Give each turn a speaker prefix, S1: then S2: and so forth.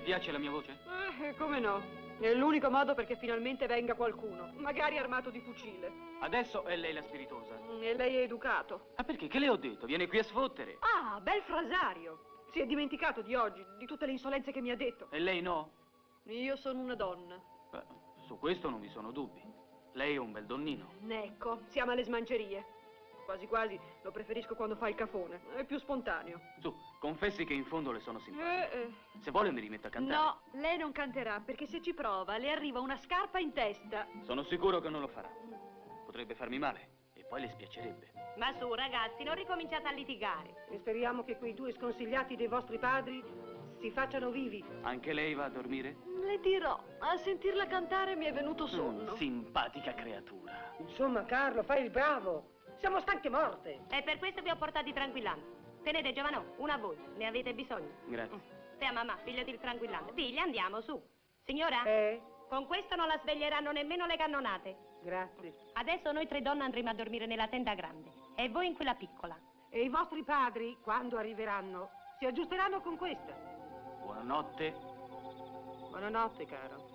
S1: piace la mia voce?
S2: Eh, come no? È l'unico modo perché finalmente venga qualcuno, magari armato di fucile.
S1: Adesso è lei la spiritosa.
S2: Mm, E lei è educato.
S1: Ma perché? Che le ho detto? Viene qui a sfottere.
S2: Ah, bel frasario! Si è dimenticato di oggi, di tutte le insolenze che mi ha detto.
S1: E lei no?
S2: Io sono una donna.
S1: Beh, su questo non vi sono dubbi. Lei è un bel donnino.
S2: Ecco, siamo alle smancerie. Quasi quasi lo preferisco quando fa il cafone, è più spontaneo.
S1: Su, confessi che in fondo le sono simpatico.
S2: Eh, eh.
S1: Se vuole mi rimetto a cantare.
S2: No, lei non canterà perché se ci prova le arriva una scarpa in testa.
S1: Sono sicuro che non lo farà. Potrebbe farmi male. E poi le spiacerebbe.
S3: Ma su, ragazzi, non ricominciate a litigare.
S2: E speriamo che quei due sconsigliati dei vostri padri si facciano vivi.
S1: Anche lei va a dormire?
S2: Le dirò, a sentirla cantare mi è venuto
S1: Mm,
S2: sonno.
S1: Simpatica creatura.
S4: Insomma, Carlo, fai il bravo. Siamo stanche morte.
S3: E per questo vi ho portati il tranquillante. Tenete, Giovanò, una a voi. Ne avete bisogno.
S1: Grazie.
S3: Te a mamma, pigliati il tranquillante. Figlia, andiamo, su. Signora,
S2: Ah.
S4: Eh?
S3: con questo non la sveglieranno nemmeno le cannonate.
S4: Grazie.
S3: Adesso noi tre donne andremo a dormire nella tenda grande e voi in quella piccola.
S4: E i vostri padri, quando arriveranno, si aggiusteranno con questa.
S1: Buonanotte.
S4: Buonanotte, caro.